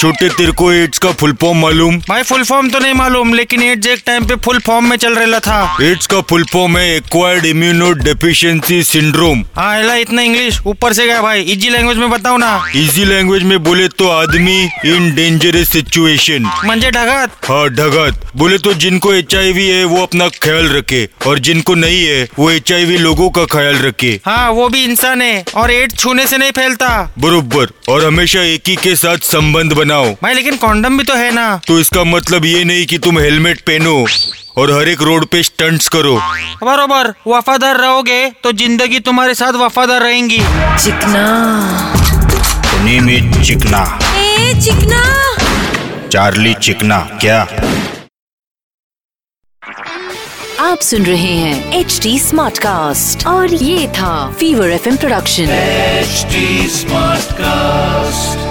छोटे तेरे को एड्स का फुल फॉर्म मालूम भाई फुल फॉर्म तो नहीं मालूम लेकिन एड्स एक टाइम पे फुल फॉर्म में चल रहा था एड्स का फुल फॉर्म है एक्वायर्ड इम्यूनो डेफिशिएंसी सिंड्रोम हाँ एला इतना इंग्लिश ऊपर से गया भाई इजी लैंग्वेज में बताओ ना इजी लैंग्वेज में बोले तो आदमी इन डेंजरस सिचुएशन मंजे ढगत हाँ ढगत बोले तो जिनको एच है वो अपना ख्याल रखे और जिनको नहीं है वो एच लोगों का ख्याल रखे हाँ वो भी इंसान है और एड्स छूने से नहीं फैलता बरोबर और हमेशा एक ही के साथ संबंध बनाओ भाई लेकिन कॉन्डम भी तो है ना तो इसका मतलब ये नहीं कि तुम हेलमेट पहनो और हर एक रोड पे स्टंट्स करो बरोबर वफादार रहोगे तो जिंदगी तुम्हारे साथ वफादार रहेंगी चिकना धने में चिकना ए चिकना चार्ली चिकना क्या आप सुन रहे हैं एच डी स्मार्ट कास्ट और ये था fever F production HD Smartcast.